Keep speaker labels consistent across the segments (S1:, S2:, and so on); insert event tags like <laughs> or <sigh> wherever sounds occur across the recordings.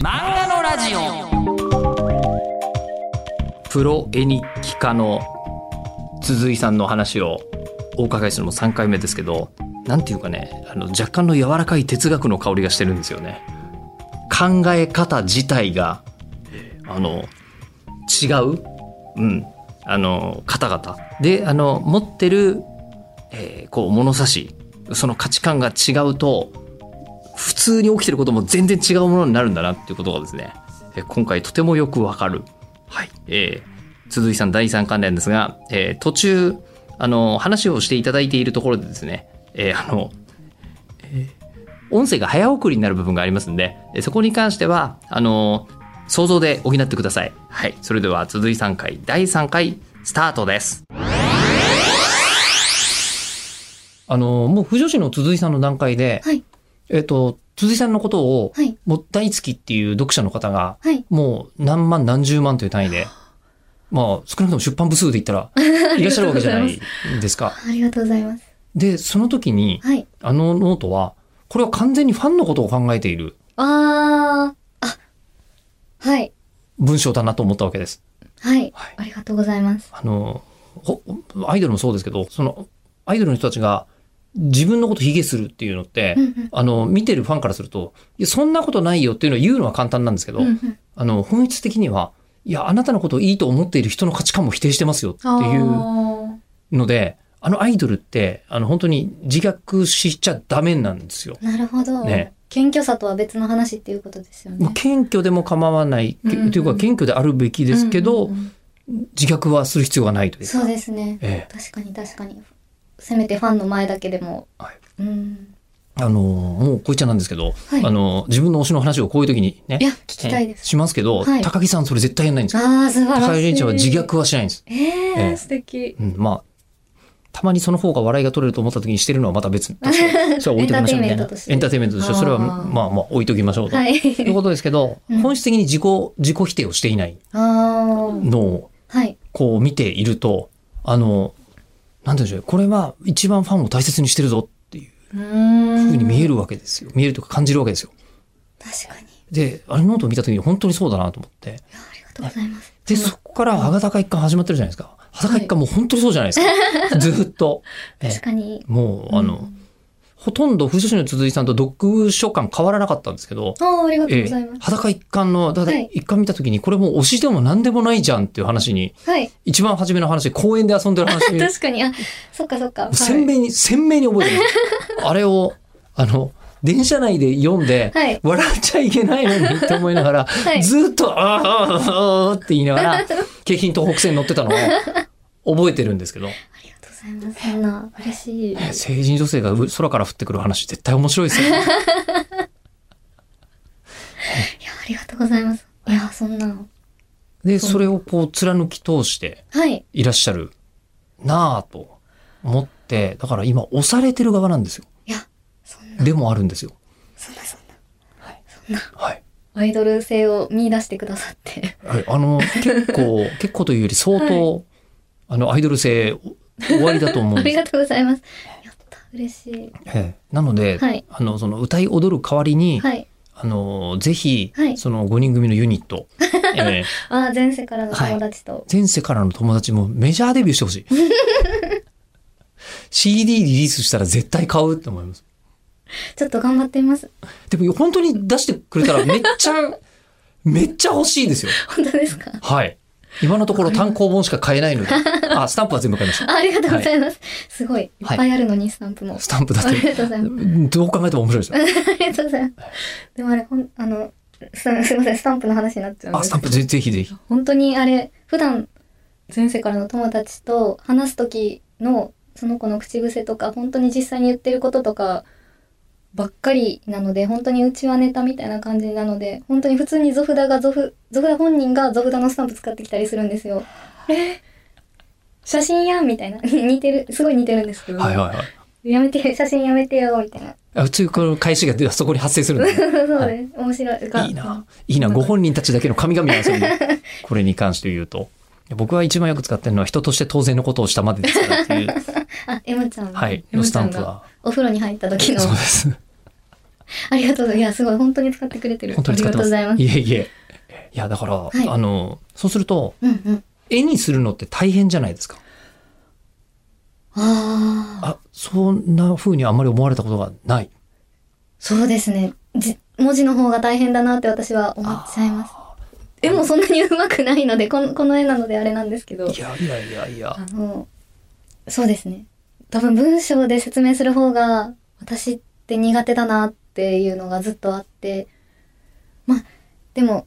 S1: 漫画のラジオ
S2: プロ絵日記家の鈴井さんの話をお伺いするのも3回目ですけどなんていうかねあの若干の柔らかい哲学の香りがしてるんですよね考え方自体があの違う、うん、あの方々であの持ってる、えーこう物差しその価値観が違うと普通に起きてることも全然違うものになるんだなっていうことがですね、えー今回とてもよくわかる。はい。えー、鈴井さん第3関連ですが、えー途中、あの、話をしていただいているところでですね、えーあの、えー音声が早送りになる部分がありますんで、えーそこに関しては、あの、想像で補ってください。はい。それでは、鈴井さん回、第3回、スタートです。あの、もう、不女子の鈴井さんの段階で、
S3: はい
S2: えっと、鈴井さんのことを、
S3: はい
S2: もう大好きっていう読者の方が、
S3: はい
S2: もう何万何十万という単位で、まあ少なくとも出版部数で言ったらいらっしゃるわけじゃないですか。
S3: ありがとうございます。
S2: で、その時に、
S3: はい。
S2: あのノートは、これは完全にファンのことを考えている
S3: あー、あ、はい、
S2: 文章だなと思ったわけです。
S3: はい
S2: はい、
S3: ありがとうございます。
S2: あの、ほアイドルもそうですけど、その、アイドルの人たちが自分のこと卑下するっていうのって、
S3: うんうん
S2: あの、見てるファンからすると、いや、そんなことないよっていうのは言うのは簡単なんですけど、
S3: うんうん
S2: あの、本質的には、いや、あなたのことをいいと思っている人の価値観も否定してますよっていう
S3: あ
S2: ので、あのアイドルって、あの、本当に自虐しちゃダメなんですよ。
S3: ーなるほど。
S2: ね
S3: 謙虚さとは別の話っていうことですよ
S2: まあ
S3: ね。
S2: 謙虚でも構わない、け
S3: うんうん
S2: というか謙虚であるべきですけど、
S3: うんうんうん
S2: 自虐はする必要がないというか
S3: そうですね。
S2: え
S3: 確かに確かに。せめてファンの前だけでも。
S2: はい
S3: うん。
S2: あの、もうこういっちゃなんですけど、
S3: はい
S2: あの、自分の推しの話をこういう時にね
S3: い、や、聞きたいです。
S2: しますけど、
S3: はい
S2: 高木さんそれ絶対やんないんですよ。
S3: あー、素晴らしい。
S2: 高木凛ちゃんは自虐はしないんです。
S3: えー。
S2: ええ
S3: 素敵。
S2: うん、まあ、たまにその方が笑いが取れると思った時にしてるのはまた
S3: <laughs>
S2: 別として、それは置いときましょうみたいな。エン
S3: エン
S2: タ
S3: タ
S2: ーテインメントとして、
S3: あー
S2: それはまあまあ置いときましょうと。、
S3: はいい。 <laughs>
S2: うことですけど、
S3: うん
S2: 本質的に自己、自己否定をしていない
S3: あー。
S2: のを
S3: はい。
S2: こう見ていると、あの、なんて言うんでしょう、これは一番ファンを大切にしてるぞっていう
S3: うーん。
S2: ふうに見えるわけですよ。見えるというか感じるわけですよ。
S3: 確かに。
S2: で、あれノートを見た時に本当にそうだなと思って。
S3: ありがとうございます。
S2: で、そこから裸一貫始まってるじゃないですか。裸一貫もう本当にそうじゃないです
S3: <laughs>
S2: か。ずーっと。え
S3: 確かに。
S2: もう、あの、
S3: うん
S2: ほとんど藤吉の鈴井さんと読書感変わらなかったんですけど、
S3: ああ、ありがとう
S2: え
S3: ござい
S2: え
S3: ます。
S2: 裸一貫の、だだ
S3: はい
S2: 一貫見た時に、これもう推しでも何でもないじゃんっていう話に、
S3: はい。
S2: 一番初めの話、公園で遊んでる話
S3: 確かに、あ、そっかそっか。はい
S2: 鮮明に、鮮明に覚えてます。あれを、あの、電車内で読んで、
S3: はい
S2: 笑っちゃいけないのにって思いながら、
S3: い
S2: ずっと、あーあー、あーって言いながら、京浜東北線に乗ってたのを覚えてるんですけど、
S3: ありがとうございます。そんな、嬉しい。
S2: 成人女性が空から降ってくる話、絶対面白いですよね。
S3: いや、ありがとうございます。いや、そんな。
S2: で、それをこう貫き通して
S3: はい。
S2: いらっしゃるなぁと思って、だから今押されてる側なんですよ。
S3: いや、そんな、
S2: でもあるんですよ。
S3: そんな、そんな。
S2: はい。
S3: アイドル性を見出してくださって。
S2: はいあの、結
S3: <laughs>
S2: 構、結構というより相当、あの、アイドル性終わりだと思う
S3: <laughs> あ
S2: んで
S3: り
S2: す。
S3: がとうございます。やった、嬉しい。
S2: ええなので、
S3: はい
S2: あの、その歌い踊る代わりに、
S3: はい。
S2: あの、ぜひ、
S3: はい
S2: その5人組のユニッ
S3: <laughs>
S2: ト、ええ
S3: あー、前世からの友達と。
S2: 前世からの友達もメジャーデビューしてほしい。
S3: <laughs>
S2: CD リリースしたら絶対買うって思います。
S3: ちょっと頑張ってみます。
S2: でも本当に出してくれたらめっちゃ、めっちゃ欲しいですよ。
S3: 本当ですか
S2: はい。今のところ単行本しか買えない
S3: <laughs>
S2: ので。あ、スタンプは全部買いまし
S3: あありがとうございます。すごい。いっ
S2: はい
S3: ぱいあるのに、スタンプも
S2: た。。スタンプだっ
S3: あり
S2: て。
S3: がとうございます。
S2: どう考えても面白いですよ。
S3: ありがとうございます。でもあれ、ほん、あの、すすいません、スタンプの話になっちゃうん
S2: あ、
S3: で
S2: ス
S3: す
S2: タンプぜぜひぜひ。
S3: 本当にあれ、普段、前世からの友達と話す時の、その子の口癖とか、本当に実際に言ってることとか、ばっかりなので、本当にうちはネタみたいな感じなので、本当に普通にゾフダがゾフ、ゾフダ本人がゾフダのスタンプ使ってきたりするんですよ。え写真やんみたいな。 <laughs> 似てる、すごい似てるんですけど。
S2: はいはいはい。
S3: やめて、写真やめてよ、みたいな。
S2: あ
S3: <laughs>
S2: 普通この返しが出そこに発生するんで。
S3: そうです。面白い。が
S2: いいな。いいな。ご本人たちだけの神々なんですよね。
S3: <laughs>
S2: これに関して言うと。僕は一番よく使ってるのは人として当然のことをしたまでですからっていう、
S3: あ、エムちゃん。
S2: はい、
S3: エム
S2: のス
S3: ちゃ
S2: タ
S3: ん
S2: ン
S3: が
S2: プは。
S3: お風呂に入った時の
S2: そうです。
S3: ありがとうございます。いや、すごい、 <laughs> 本当に使ってくれてる。
S2: 本当に使ってます
S3: ありがとうござい
S2: いえいえいやだから、
S3: い
S2: あのそうすると
S3: ます。うんうん。
S2: 絵にするのって大変じゃないですか
S3: ああ、
S2: あそんな風にあんまり思われたことがない
S3: そうですね。じ文字の方が大変だなって私は思っちゃいます。絵もそんなに上手くないので、このこの絵なのであれなん <laughs> ですけど。
S2: いやいやいやいや
S3: あの、そうですね。多分文章で説明する方が私って苦手だなっていうのがずっとあって、まあ、でも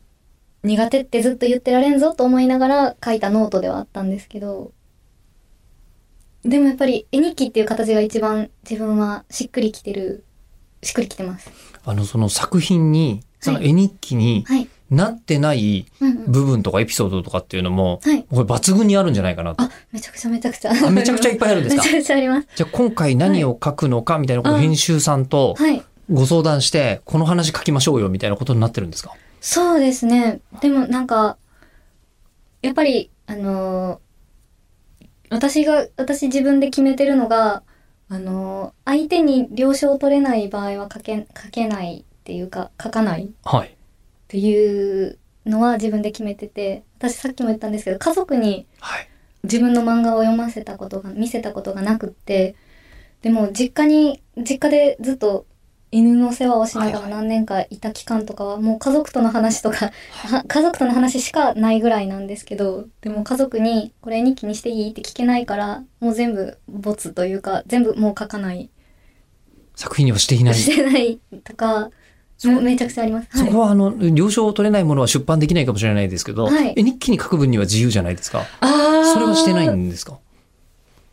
S3: 苦手ってずっと言ってられんぞと思いながら書いたノートではあったんですけど、でもやっぱり絵日記っていう形が一番自分はしっくりきてる、しっくりきてます。
S2: あのその作品にその絵日記に
S3: はい。
S2: なってない
S3: うんうん。
S2: 部分とかエピソードとかっていうのも
S3: はい。
S2: これ抜群にあるんじゃないかなと
S3: あ、めちゃくちゃめちゃくちゃ。
S2: あめちゃくちゃいっぱいあるんですか
S3: <laughs> めちゃくちゃあります。
S2: じゃあ今回何を書くのかみたいなことを
S3: はい
S2: 編集さんと
S3: はい。
S2: ご相談してこの話書きましょうよみたいなことになってるんですか
S3: そうですね。でもなんか、やっぱり、あのー私が、私自分で決めてるのが、あのー相手に了承を取れない場合は書け、書けないっていうか、書かないっ
S2: はい
S3: ていうのは自分で決めてて、私さっきも言ったんですけど、家族に
S2: はい
S3: 自分の漫画を読ませたことが、見せたことがなくって、でも実家に、実家でずっと犬の世話をしなが
S2: は
S3: ら
S2: いは
S3: 何年かいた期間とかは、もう家族との話とか、は <laughs> 家族との話しかないぐらいなんですけど、でも家族にこれ日記にしていいって聞けないから、もう全部ボツというか、全部もう書かない、
S2: 作品にはしていない
S3: してないとか、
S2: そこ
S3: もうめちゃくちゃあります。
S2: そ
S3: はい
S2: こはあの了承を取れないものは出版できないかもしれないですけど、
S3: はい
S2: 絵日記に書く分には自由じゃないですか
S3: あー
S2: それはしてないんですか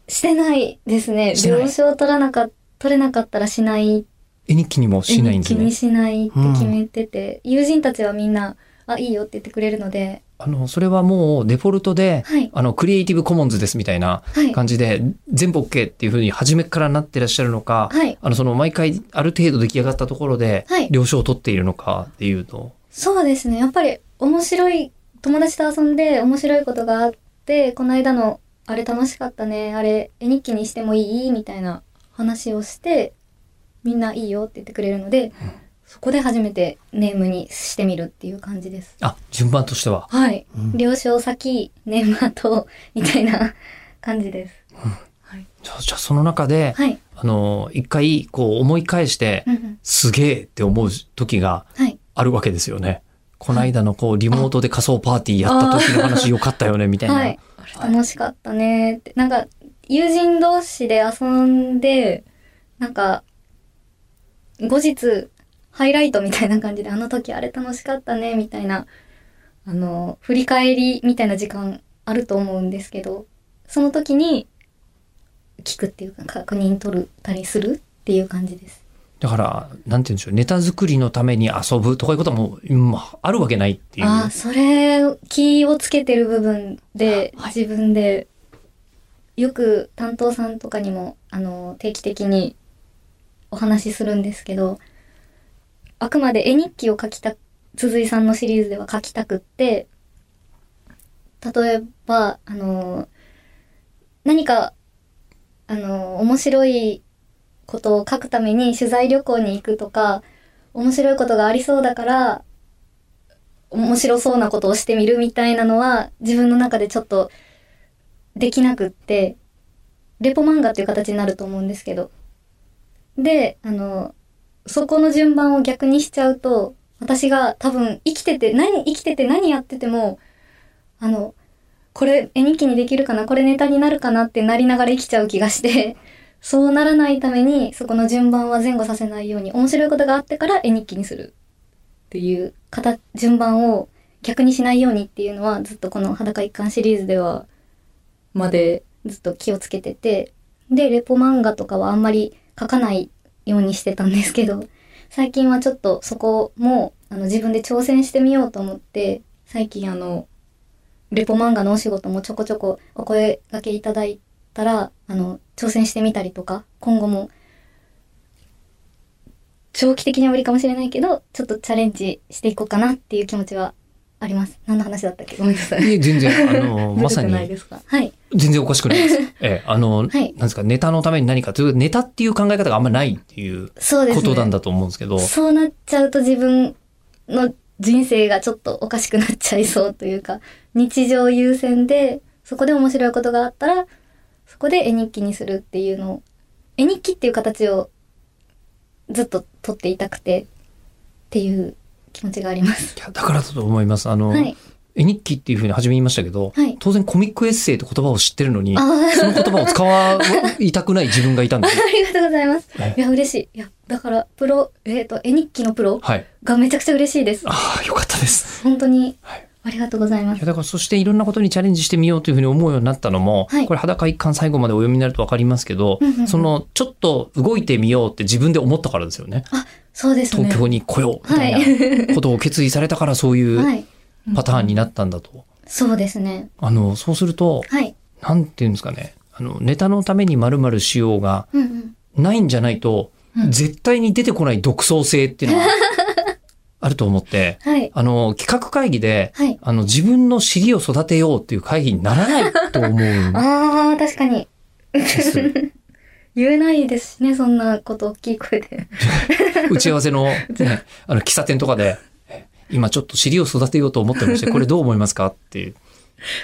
S3: してないですね
S2: し。てない
S3: 了承取らなか取れなかったらしない
S2: 絵日記にもしないんです
S3: 気に
S2: ね
S3: しないって決めてて、友人たちはみんな、あ、いいよって言ってくれるので、
S2: あのそれはもうデフォルトで、
S3: はい
S2: あのクリエイティブコモンズですみたいな
S3: はい。
S2: 感じで、全部 OK っていうふうに初めからなってらっしゃるのか、
S3: はい
S2: あのその毎回ある程度出来上がったところで
S3: はい
S2: 了承を取っているのかっていうと、
S3: そうですね。やっぱり面白い、友達と遊んで面白いことがあって、この間のあれ楽しかったね、あれ絵日記にしてもいいみたいな話をして、みんないいよって言ってくれるので、そこで初めてネームにしてみるっていう感じです。
S2: あ順番としては
S3: はい。
S2: うん
S3: 了承先、ネーム後、みたいな感じです。
S2: じゃあじゃあその中で、
S3: はい。
S2: あの一回こう思い返して、
S3: うんうん
S2: すげえって思う時が
S3: はい。
S2: あるわけですよね。この間のこうリモートで仮想パーティーやった時の話よかったよねみたいな。
S3: はい。あれ楽しかったねって。なんか、友人同士で遊んで、なんか、後日、ハイライトみたいな感じで、あの時あれ楽しかったね、みたいな、あの、振り返りみたいな時間あると思うんですけど、その時に、聞くっていうか、確認取るたりするっていう感じです。
S2: だから、なんて言うんでしょう、ネタ作りのために遊ぶとかいうことはもう、うんまあ、あるわけないっていう。
S3: ああ、それ、気をつけてる部分で、
S2: はい
S3: 自分で、よく担当さんとかにも、あの、定期的にお話しするんですけど、あくまで絵日記を書きた、鈴井さんのシリーズでは書きたくって、例えば、あの、何か、あの、面白いことを書くために取材旅行に行くとか、面白いことがありそうだから、面白そうなことをしてみるみたいなのは、自分の中でちょっと、できなくって、レポ漫画っていう形になると思うんですけど。で、あの、そこの順番を逆にしちゃうと、私が多分生きてて、何、生きてて何やってても、あの、これ絵日記にできるかな、これネタになるかなってなりながら生きちゃう気がして、そうならないために、そこの順番は前後させないように、面白いことがあってから絵日記にする。っていう形、順番を逆にしないようにっていうのは、ずっとこの裸一貫シリーズでは、までずっと気をつけてて、で、レポ漫画とかはあんまり書かないようにしてたんですけど、最近はちょっとそこも、あの、自分で挑戦してみようと思って、最近あの、レポ漫画のお仕事もちょこちょこお声掛けいただいたら、あの、挑戦してみたりとか、今後も、長期的には無理かもしれないけど、ちょっとチャレンジしていこうかなっていう気持ちはあります。何の話だったっけごめんなさい。
S2: いえ全然 <laughs> あのまさ
S3: <laughs> ずるくない
S2: に
S3: ですか。はい。
S2: 全然おかしくないです。え
S3: <laughs>
S2: え、あの、
S3: はい
S2: なんですか、ネタのために何かという、ネタっていう考え方があんまりないっていう
S3: そうです
S2: こ
S3: ね。
S2: となんだと思うんですけど、
S3: そうなっちゃうと自分の人生がちょっとおかしくなっちゃいそうというか、日常優先で、そこで面白いことがあったら、そこで絵日記にするっていうのを、絵日記っていう形をずっと取っていたくてっていう気持ちがあります。
S2: いやだからだと思います。あの、
S3: はい。
S2: 絵日記っていうふうに初め言いましたけど、
S3: はい
S2: 当然コミックエッセイって言葉を知ってるのに、
S3: あ
S2: そ
S3: ー
S2: の言葉を使わいたくない自分がいたんです
S3: <laughs>
S2: よ。
S3: ありがとうございます
S2: え。
S3: いや、嬉しい。いや、だから、プロ、えっ、と、絵日記のプロ
S2: はい。
S3: がめちゃくちゃ嬉しいです。
S2: ああ、よかったです。
S3: 本当に
S2: はい。
S3: ありがとうございま
S2: い
S3: す。
S2: やだからそしていろんなことにチャレンジしてみようというふうに思うようになったのも、
S3: はい
S2: これ裸一貫最後までお読みになるとわかりますけど、
S3: うんうんうん
S2: そのちょっと動いてみようって自分で思ったからですよね。
S3: そうですね。
S2: 東京に来ようみたいなことを決意されたからそう
S3: は
S2: いう
S3: い。
S2: パターンになったんだと。
S3: そうですね。
S2: あの、そうすると、
S3: はい。
S2: なんていうんですかね。あの、ネタのために〇〇しようが
S3: うんうん。
S2: ないんじゃないと、
S3: うん
S2: 絶対に出てこない独創性って
S3: <laughs>
S2: いうのがあると思って、
S3: はい。
S2: あの、企画会議で、
S3: はい。
S2: あの、自分の尻を育てようっていう会議にならないと思うんで
S3: ああ、確かに。
S2: す。
S3: <laughs> 言えないですしね、そんなこと大きい声で。 <laughs>
S2: 打ち合わせの、ね、あの、喫茶店とかで、え今ちょっと尻を育てようと思ってまして、これどう思いますかっていう。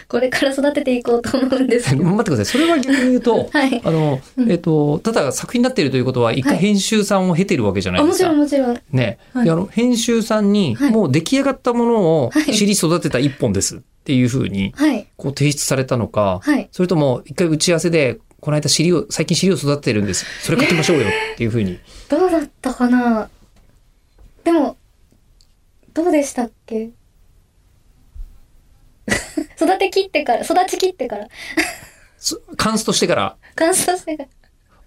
S3: これから育てていこうと思うんです
S2: <laughs>
S3: け
S2: 待
S3: ど。
S2: ってください。それは逆に言うと、
S3: はい。
S2: あの、えっと、ただ作品になっているということは、一回
S3: はい
S2: 編集さんを経てるわけじゃな
S3: あ、
S2: いで
S3: も
S2: す
S3: ち
S2: か。
S3: ろんもちろん。
S2: ね。
S3: はい
S2: であの、編集さんに、
S3: はい
S2: もう出来上がったものを
S3: はい、
S2: 尻育てた一本ですっていうふうに、
S3: はい。
S2: こう提出されたのか、
S3: はい。
S2: それとも、一回打ち合わせで、この間尻を、最近尻を育ててるんです。それ書きましょうよっていうふうに。
S3: どうだったかなでも、どうでしたっけ <laughs> 育てきってから、育ちきってから、
S2: そカンストしてから、
S3: 乾燥してか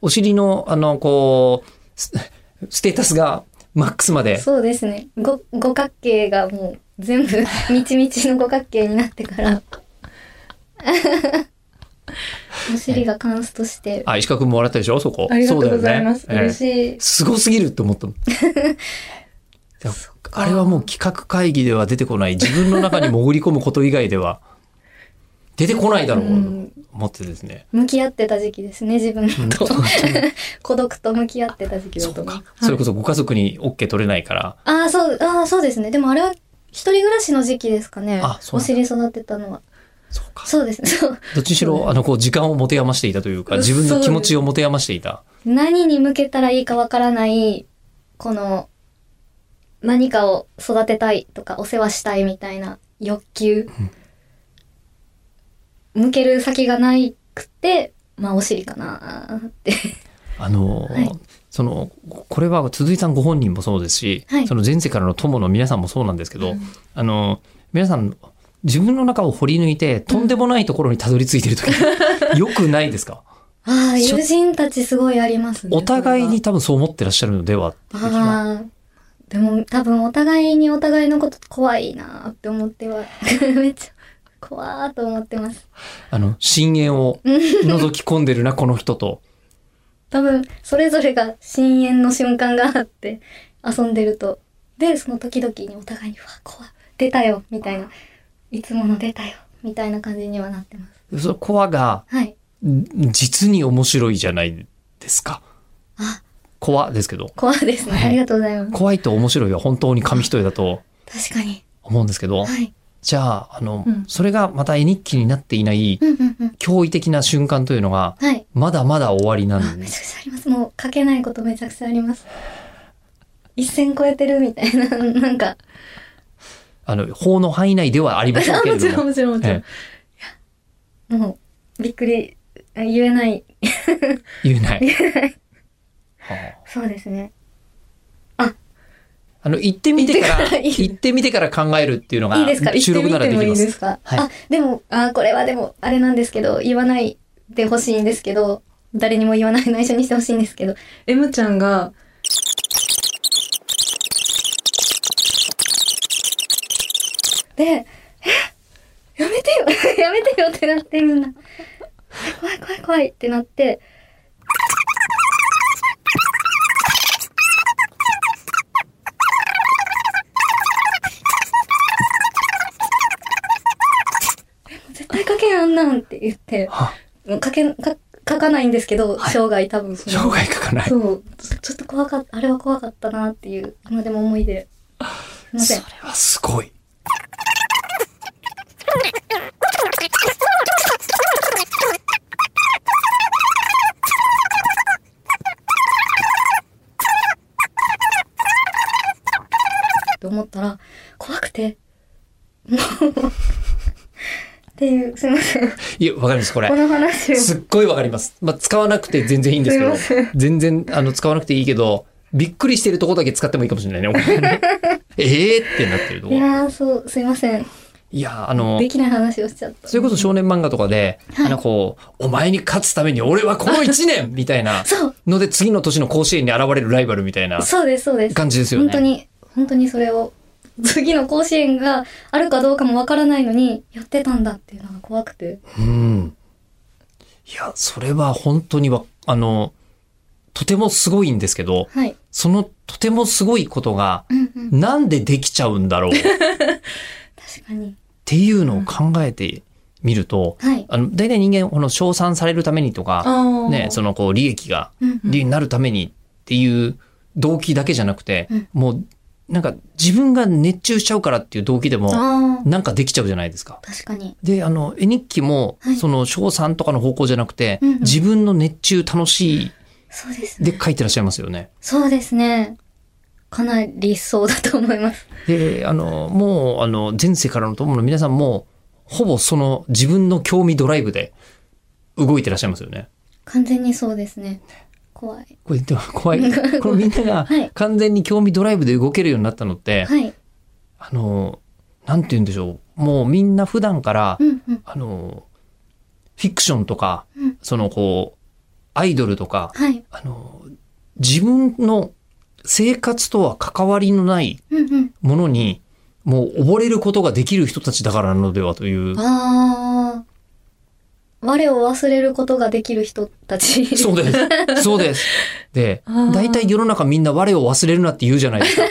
S2: お尻の、あの、こう、スステータスがマックスま
S3: ら。
S2: で。
S3: そうですね。ご五角形がもう全
S2: <laughs>
S3: 部、みちみちの五角形になってから。お尻が乾燥して。
S2: あ、石川君も笑ったでしょそこ。
S3: ありがとうございます。
S2: そうだよね
S3: 嬉
S2: え
S3: しい
S2: え。すごすぎるって思った <laughs> の。でもあれはもう企画会議では出てこない。自分の中に潜り込むこと以外では、出てこないだろうと
S3: うん
S2: 思ってですね。
S3: 向き合ってた時期ですね、自分
S2: うん
S3: と
S2: 本。当に
S3: 孤独と向き合ってた時期だ
S2: そ
S3: と
S2: う
S3: 思う
S2: か。。それこそご家族に OK 取れないから。
S3: ああ、そう、ああ、そうですね。でもあれは一人暮らしの時期ですかね。
S2: あそう
S3: お尻育てたのは。
S2: そうか。
S3: そうですね。そう。
S2: どっちにしろ、あの、こう、時間を持て余していたというか、自分の気持ちを持て余していた。
S3: 何に向けたらいいかわからない、この、何かを育てたいとか、お世話したいみたいな欲求。向ける先がないくて、まあ、お尻かなーって。
S2: <laughs> あの、
S3: はい
S2: そのこれは鈴井さんご本人もそうですし、
S3: はい
S2: その前世からの友の皆さんもそうなんですけど、あの皆さん自分の中を掘り抜いてとんでもないところにたどり着いてる時、
S3: <laughs>
S2: よくないですか
S3: ああ、
S2: ちょ
S3: 友人たちすごいありますね。
S2: お互いに多分そう思ってらっしゃるのではっていう気が
S3: ああ、でも多分お互いにお互いのこと怖いなーって思っては、 <laughs> めっちゃ怖ーと思ってます。
S2: あの深淵を覗き込んでるなこの人と
S3: 多分それぞれが深淵の瞬間があって遊んでると。で、その時々にお互いに、うわ、怖い出たよみたいな。いつもの出たよみたいな感じにはなってます。
S2: そのコアが
S3: はい。
S2: ん実に面白いじゃないですか
S3: あ、
S2: コアですけど
S3: 怖いですね。
S2: はい
S3: ありがとうございま
S2: 怖いと面白いは本当に紙一重だと
S3: す。確かに。
S2: 思うんですけど、
S3: はい。
S2: じゃあ、あの、
S3: うん
S2: それがまた絵日記になっていない
S3: うんうんうん。
S2: 驚異的な瞬間というのが、
S3: はい。
S2: まだまだ終わりなん
S3: め
S2: で
S3: ち
S2: す。
S3: ゃくちゃあります。もう書けないことめちゃくちゃあります。一線超えてるみたいな、 <laughs> なんか。
S2: あの、法の範囲内ではありませんけ
S3: も
S2: れ
S3: ち
S2: ど
S3: ろん
S2: も。
S3: もちろんもちろん
S2: え。
S3: もう、びっくり、あ言えない。
S2: え言えない。はあ
S3: そうですね。
S2: あの、行ってみてから、
S3: 行ってから
S2: 行ってみてから考えるっていうのが
S3: いいですか、言
S2: 収
S3: って
S2: 録
S3: み
S2: なら
S3: て
S2: で
S3: も
S2: き
S3: いい
S2: ま。
S3: ですすか
S2: はい
S3: あ、でも、あ、これはでも、あれなんですけど、言わないでほしいんですけど、誰にも言わない内緒にしてほしいんですけど、M ちゃんが、で、えやめてよ <laughs> やめてよってなってみんな。怖い怖い怖いってなって、れ書けんあんなんって言って、
S2: は
S3: 書け、か書かないんですけど、
S2: はい
S3: 生涯多分そ
S2: 生
S3: の。
S2: 涯書かない。
S3: そう。ちょちょっと怖かった、あれは怖かったなっていう、今でも思い出。すいま
S2: そ
S3: せ
S2: れ
S3: ん。
S2: はすごい。
S3: と思ったら、怖くて、もう、 <laughs> っていう、すいません。
S2: いや、わかります、これ
S3: こ。の話を。
S2: すっごいわかります。まあ、使わなくて全然いいんですけど
S3: すいま、
S2: 全然、あの、使わなくていいけど、びっくりしてるとこだけ使ってもいいかもしれないね、これ
S3: <laughs>
S2: ねええってなってると
S3: い
S2: こ。
S3: やー、そう、すいません。
S2: いや、あの
S3: で、きない話をしちゃった。
S2: それこそ少年漫画とかで、あの、こう、お前に勝つために俺はこの1年みたいな
S3: <laughs> そう、
S2: ので、次の年の甲子園に現れるライバルみたいな
S3: そうです、そうです。
S2: 感じですよね。
S3: 本当に、本当にそれを、次の甲子園があるかどうかもわからないのに、やってたんだっていうのが怖くて。
S2: うん。いや、それは本当にわ、あの、とてもすごいんですけど、
S3: はい。
S2: そのとてもすごいことが、
S3: うんうん。
S2: なんでできちゃうんだろうっ
S3: 確かに。
S2: ていうのを考えてみると、
S3: はい。
S2: あの、大体人間、この称賛されるためにとか、
S3: あ
S2: ね、そ
S3: の、
S2: のこう利益が、
S3: うんうん
S2: 利益になるためにっていう動機だけじゃなくて、
S3: うん
S2: もう、なんか自分が熱中しちゃうからっていう動機でも、
S3: あ
S2: なんかできちゃうじゃないですか
S3: あ、。確かに。
S2: で、あの、絵日記も
S3: はい、
S2: その、賞賛とかの方向じゃなくて、
S3: うんうん
S2: 自分の熱中楽しい
S3: そうですね。
S2: で書いてらっしゃいますよね。
S3: そうですね。かなり理想だと思います。
S2: で、あの、もう、あの、前世からの友の皆さんも、ほぼその自分の興味ドライブで動いてらっしゃいますよね。完
S3: 完全にそうですね。怖い。
S2: これ、でも怖い。
S3: <laughs>
S2: このみんなが
S3: はい
S2: 完全に興味ドライブで動けるようになったのって、
S3: はい。
S2: あの、なんて言うんでしょう。もうみんな普段から
S3: う、んうん。
S2: あの、フィクションとか
S3: うん、
S2: そのこう、アイドルとか、
S3: はい。
S2: あの、自分の生活とは関わりのない
S3: うん
S2: ものに、もう溺れることができる人たちだからなのではという
S3: うん。。ああ。我を忘れることができる人たち。
S2: そう
S3: <laughs>
S2: です。そうです。で
S3: あー、
S2: 大体世の中みんな我を忘れるなって言うじゃない
S3: <laughs>
S2: ですか。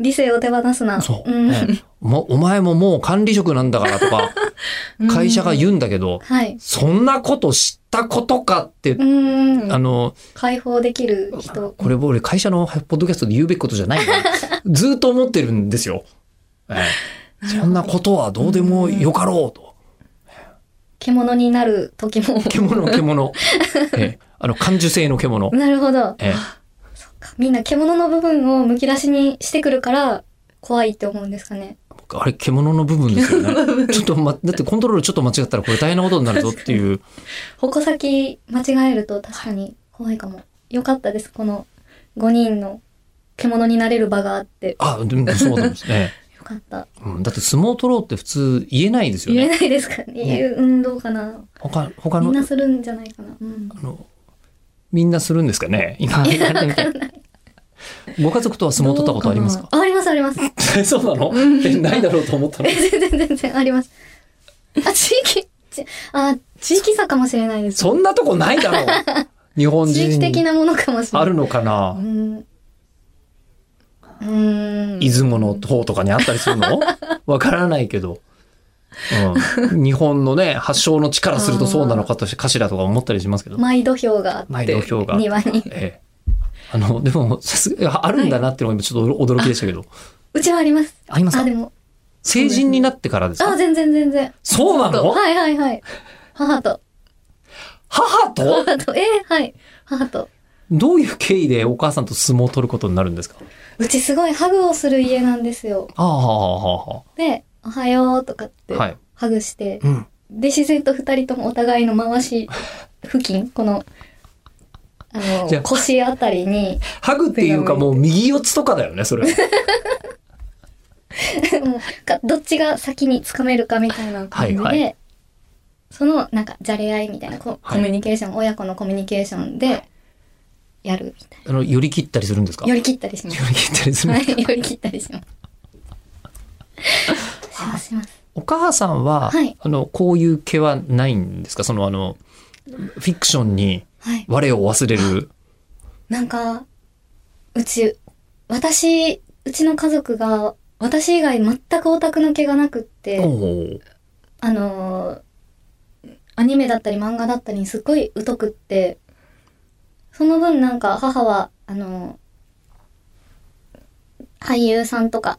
S3: 理性を手放すな。
S2: そう。
S3: うん。
S2: ねもお前ももう管理職なんだからとか、
S3: <laughs>
S2: 会社が言うんだけど、
S3: はい。
S2: そんなこと知ったことかって
S3: う、ー
S2: あ
S3: ん。
S2: の、
S3: 解放できる人。
S2: これ俺会社のポッドキャストで言うべきことじゃない
S3: <laughs>
S2: なずーっと思ってるんですよ。ええそんなことはどうでもよかろうと。
S3: 獣になる時も。
S2: 獣、獣。ええあの、感受性の獣。
S3: <laughs> なるほど。
S2: ええ
S3: みんな獣の部分をむき出しにしてくるから、怖いって思うんですかね。
S2: あれ、獣の部分ですよね。ちょっと、ま、だってコントロールちょっと間違ったらこれ大変なことになるぞって
S3: <laughs>
S2: いう。
S3: 矛先間違えると確かに怖いかも。よかったです、この5人の獣になれる場があって。
S2: あ、でもそうなんですね。
S3: よかった。
S2: うんだって相撲取ろうって普通言えないですよ
S3: 言え
S2: ね。
S3: ないですかね。言う運動かな。
S2: 他、他
S3: みん
S2: の、
S3: なするんじゃないかな。うん。
S2: あの、みんなするんですかね今、ご家族とは相撲取ったことあります
S3: どう
S2: か
S3: なああります、あります。
S2: えそう <laughs> なのえ、ないだろうと思ったの。
S3: 全然全然あります。あ、地域、ちあ、地域差かもしれないです。
S2: <laughs> そんなとこないだろう日本
S3: 地域
S2: 人
S3: 的
S2: に
S3: なものかもしれ
S2: あ
S3: ない。
S2: るのか
S3: う
S2: な
S3: ーん。うーん。
S2: 出雲の方とかにあったりする <laughs> のわからないけど。うん、日本のね、発祥の地からするとそうなのかとしかしらとか思ったりしますけど。
S3: 毎土俵があって。
S2: 毎土俵が
S3: 庭に。
S2: ええ。あの、でも、さすが、あるんだなっていうのが今ちょっと驚きでしたけど。
S3: うちはあります。
S2: あります
S3: あ、
S2: か
S3: でも。
S2: 成人になってからです
S3: あ、
S2: か
S3: 全然全然。
S2: そうなの
S3: はいはいはい。母と。
S2: 母と
S3: 母と、えーはい。母と。
S2: どういう経緯でお母さんと相撲を取ることになるんですか
S3: うちすごいハグをする家なんですよ。
S2: ああ、は
S3: で、おはようとかっ
S2: あ、
S3: て、
S2: はい。
S3: ハグして。
S2: うん。
S3: で、自然と二人ともお互いの回し付近、この、あ
S2: じゃ
S3: の、
S2: あ
S3: 腰あたりに、 <laughs>
S2: ハグっていうかもう右四つとかだよね、 <laughs> それは。
S3: もうかどっちが先につかめるかみたいな感じで、
S2: はいは
S3: そのなんかじゃれ合いみたいなこ
S2: は
S3: コ
S2: い
S3: ミュニケーション、親子のコミュニケーションでやるみたい
S2: あの、寄り切ったりするんですか
S3: な寄り切ったりします
S2: 寄り切ったりする。
S3: はい寄り切ったりしますしますします
S2: <laughs> お母さんは、
S3: はい
S2: あの、こういう毛はないんですかその、あの、フィクションに
S3: はい
S2: 我を忘れる。
S3: なんかうち私うちの家族が私以外全くオタクの毛がなくって
S2: おー
S3: あのーアニメだったり漫画だったりにすっごい疎くって、その分なんか母は、あの、俳優さんとか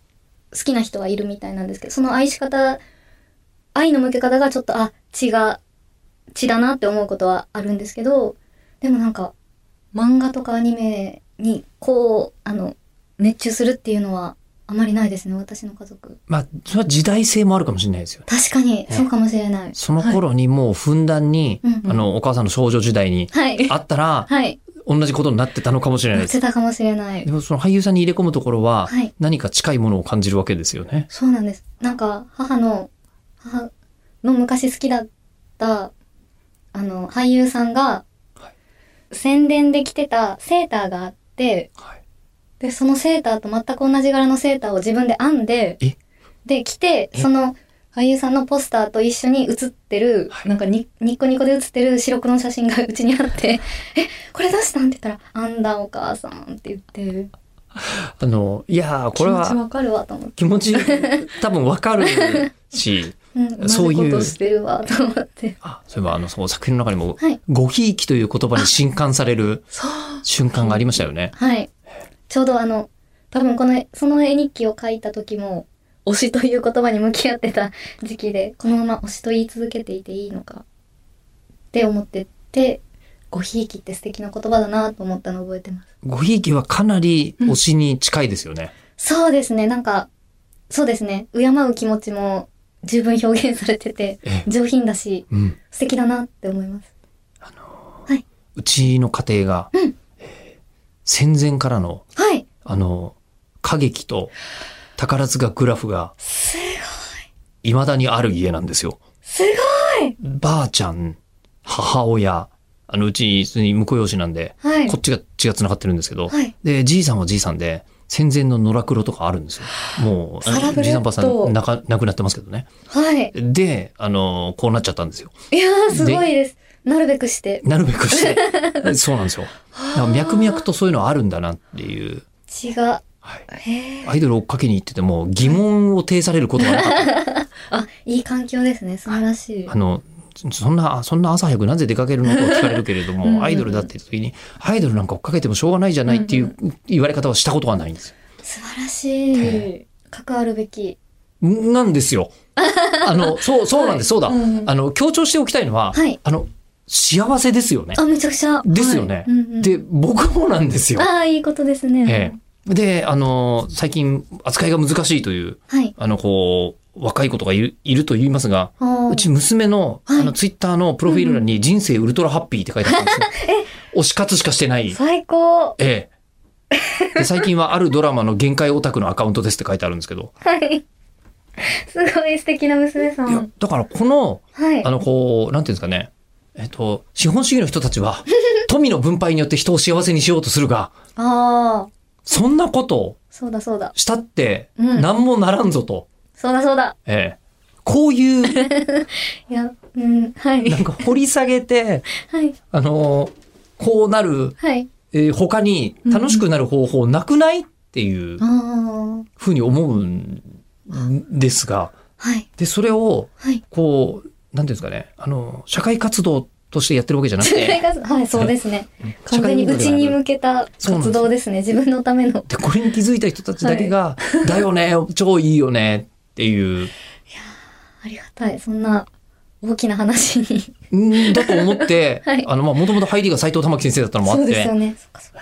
S3: 好きな人がいるみたいなんですけど、その愛し方、愛の向け方がちょっと、あ、血が、血だなって思うことはあるんですけど、でもなんか、漫画とかアニメにこう、あの、熱中するっていうのはあまりないですね、私の家族。
S2: まあ、それは時代性もあるかもしれないですよね。
S3: 確かに、そうかもしれない。
S2: その頃にもうふんだんに、
S3: はいうんうん
S2: あの、お母さんの少女時代に
S3: はい。
S2: あったら、
S3: はい。
S2: 同じことになってたのかもしれない
S3: 言
S2: で
S3: っ
S2: す。
S3: てたかもしれない
S2: で。もその俳優さんに入れ込むところは
S3: はい、
S2: 何か近いものを感じるわけですよね。
S3: そうなんです。なんか、母の、母の昔好きだった、あの、俳優さんが
S2: は、
S3: 宣伝で着てたセーターがあって、
S2: はい。
S3: で、そのセーターと全く同じ柄のセーターを自分で編んで
S2: え、
S3: で、着て、
S2: え
S3: その、俳優さんのポスターと一緒に写ってる、なんかに、ニッコニコで写ってる白黒の写真がうちにあって、え、これどうしたんって言ったら、編んだお母さんって言って、
S2: あの、いやー、こ
S3: 気
S2: れ
S3: 持ち
S2: は
S3: わかるわと思って。
S2: 気持ち、
S3: <laughs>
S2: 多分わかるし、
S3: うん、
S2: そういう
S3: 同じことしてるわと思って。
S2: あ、そういえばあの、その作品の中にも
S3: はい、
S2: ごひいきという言葉に震撼される
S3: <laughs> そう。
S2: 瞬間がありましたよね。
S3: はい。ちょうどあの、多分この、その絵日記を書いた時も、推しという言葉に向き合ってた <laughs> 時期で、このまま推しと言い続けていていいのか、って思ってて、ごひいきって素敵な言葉だなと思ったのを覚えてます。
S2: ごひいきはかなり推しに近いですよね。
S3: そうですね、なんか、そうですね、敬う気持ちも十分表現されてて
S2: え、
S3: 上品だし、
S2: うん。
S3: 素敵だなって思います。
S2: うちの家庭が、
S3: うん
S2: えー戦前からの、
S3: はい
S2: あの、歌劇と宝塚グラフが
S3: すごい
S2: 未だにある家なんですよ。
S3: すごい
S2: ばあちゃん、母親、あの、うち、普通に婿養子なんで、
S3: はい
S2: こっちが血が繋がってるんですけど、
S3: はい
S2: で、じいさんはじいさんで、戦前の野良黒とかあるんですよ。もう、あの
S3: サラブレッド
S2: じいさんばあさんなか、亡くなってますけどね。
S3: はい。
S2: で、あの、こうなっちゃったんですよ。
S3: いやー、すごいです。なるべくして。
S2: なるべく
S3: <laughs>
S2: して。そうなんですよ。だから脈々とそういうのあるんだなっていう。
S3: 血が。
S2: はい
S3: へー
S2: アイドル追っかけに行ってても疑問を呈されることはなかった。
S3: あ、いい環境ですね。素晴らしい
S2: あ。の、そんな、そんな朝早くなぜ出かけるのと聞かれるけれども、
S3: うんうん
S2: アイドルだって言った時に、アイドルなんか追っかけてもしょうがないじゃないっていう言われ方はしたことはないんです。
S3: 素晴らしい。関わるべき。
S2: んなんですよ。あ
S3: <laughs>
S2: の、そう、そうなんです、そうだ。
S3: うんうん
S2: あの、強調しておきたいのは、
S3: はい
S2: あの、幸せですよね。
S3: あ、めちゃくちゃ。
S2: ですよね
S3: はいうんうん
S2: で、僕もなんですよ。
S3: ああ、いいことです
S2: え
S3: ね。
S2: え。で、あの、最近扱いが難しいという、
S3: はい。
S2: あの、こう、若い子とかいるいると言いますが、
S3: あー
S2: うち娘の、
S3: はい
S2: あの、ツイッターのプロフィール欄に人生ウルトラハッピーって書いてあったんですよ。
S3: <laughs>
S2: 推し活しかしてない。
S3: 最高。
S2: ええ。で最近はあるドラマの限界オタクのアカウントですって書いてあるんですけど。
S3: はい。すごい素敵な娘さ
S2: いや
S3: ん。、
S2: だからこの、
S3: はい
S2: あ。の、こう、なんていうんですかね。えっと、資本主義の人たち
S3: <laughs>
S2: は、富の分配によって人を幸せにしようとするが、
S3: ああ、
S2: そんなことを
S3: そうだそうだ。
S2: したって、
S3: うん
S2: 何もならんぞと。
S3: そうだそうだ。
S2: ええ。こういう、
S3: いや、うん、はい。
S2: なんか掘り下げて、
S3: はい。
S2: あの、こうなる
S3: はい。
S2: えー他に楽しくなる方法なくないっていう
S3: ああ、
S2: ふうに思うんですが、
S3: はい。
S2: で、それを、
S3: はい。
S2: こう、なんていうんですかね、あの、社会活動としてやってるわけじゃなく
S3: 社会
S2: て、
S3: 活動はい、そうですね。
S2: 社
S3: <laughs>
S2: 会
S3: 完全
S2: 運
S3: に
S2: 動
S3: うちに向けた活動ですね。自分のための。
S2: で、これに気づいた人たちだけが、だよね、超いいよね、っていう、
S3: ありがたい。そんな大きな話に。
S2: んだと思って、
S3: <laughs> はい
S2: あの、まあ、もともと入りが斎藤玉木先生だったのもあ
S3: <laughs> そ
S2: っ
S3: うですよ
S2: て、
S3: ね。そっかそっか。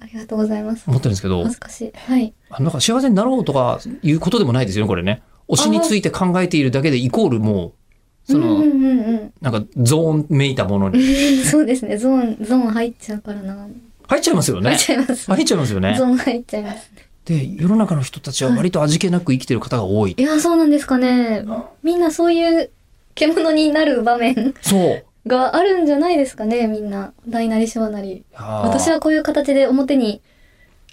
S3: ありがとうございます。
S2: 思ってるんですけど
S3: 恥、ずかしい。はい。
S2: あのなんか幸せになろうとかいうことでもないですよね、これね。推しについて考えているだけで、イコールもう、その、
S3: うんうんうん
S2: なんかゾーンめいたものに
S3: うん。 <laughs> そうですね。ゾーン、ゾーン入っちゃうからな。
S2: 入っちゃいますよ
S3: 入
S2: ね
S3: っ。ちゃいます。
S2: 入っちゃいますよね
S3: ゾ。ーン入っちゃいます。
S2: で、世の中の人たちは割と味気なく生きてる方が多い。
S3: いや、そうなんですかね。みんなそういう獣になる場面
S2: そう。
S3: があるんじゃないですかね、みんな。大なり小なり。私
S2: 私
S3: はこういう形で表に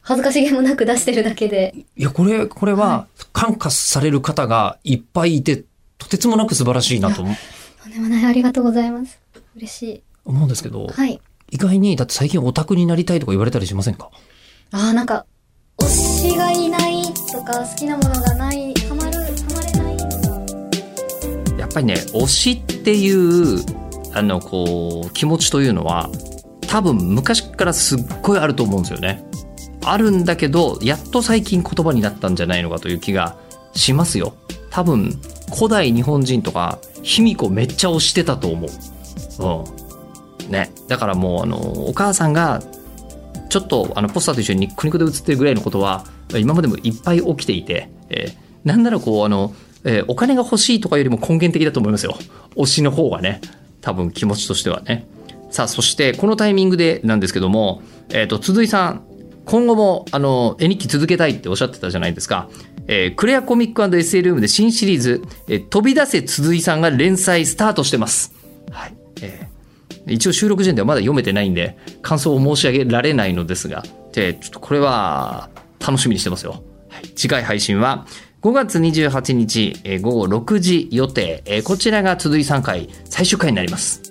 S3: 恥ずかしげもなく出してるだけで。
S2: いや、これ、これは感化される方がいっぱいいて、とてつもなく素晴らしいなと思
S3: とんでもない。ありがとうございます。嬉しい。
S2: 思うんですけど、
S3: はい。
S2: 意外に、だって最近オタクになりたいとか言われたりしませんか
S3: あーなんか推しがいないとか好きなものがないハマるハマれないとか
S2: やっぱりね、推しっていうあのこう気持ちというのは多分昔からすっごいあると思うんですよね。あるんだけどやっと最近言葉になったんじゃないのかという気がしますよ。多分古代日本人とか卑弥呼めっちゃ推してたと思う。うん。ね。だからもうあのお母さんがちょっとあのポスターと一緒にニックニクで写ってるぐらいのことは今までもいっぱい起きていて、えーなんならこうあの、えーお金が欲しいとかよりも根源的だと思いますよ。推しの方がね。多分気持ちとしてはね。さあ、そしてこのタイミングでなんですけども、えっ、と、鈴井さん、今後もあの絵日記続けたいっておっしゃってたじゃないですか。えークレアコミック &SLM で新シリーズ、えー飛び出せ鈴井さんが連載スタートしてます。はい。えー一応収録時点ではまだ読めてないんで、感想を申し上げられないのですが、でちょっとこれは楽しみにしてますよ。はい、次回配信は5月28日、えー午後6時予定、えーこちらが鈴井さん回最終回になります。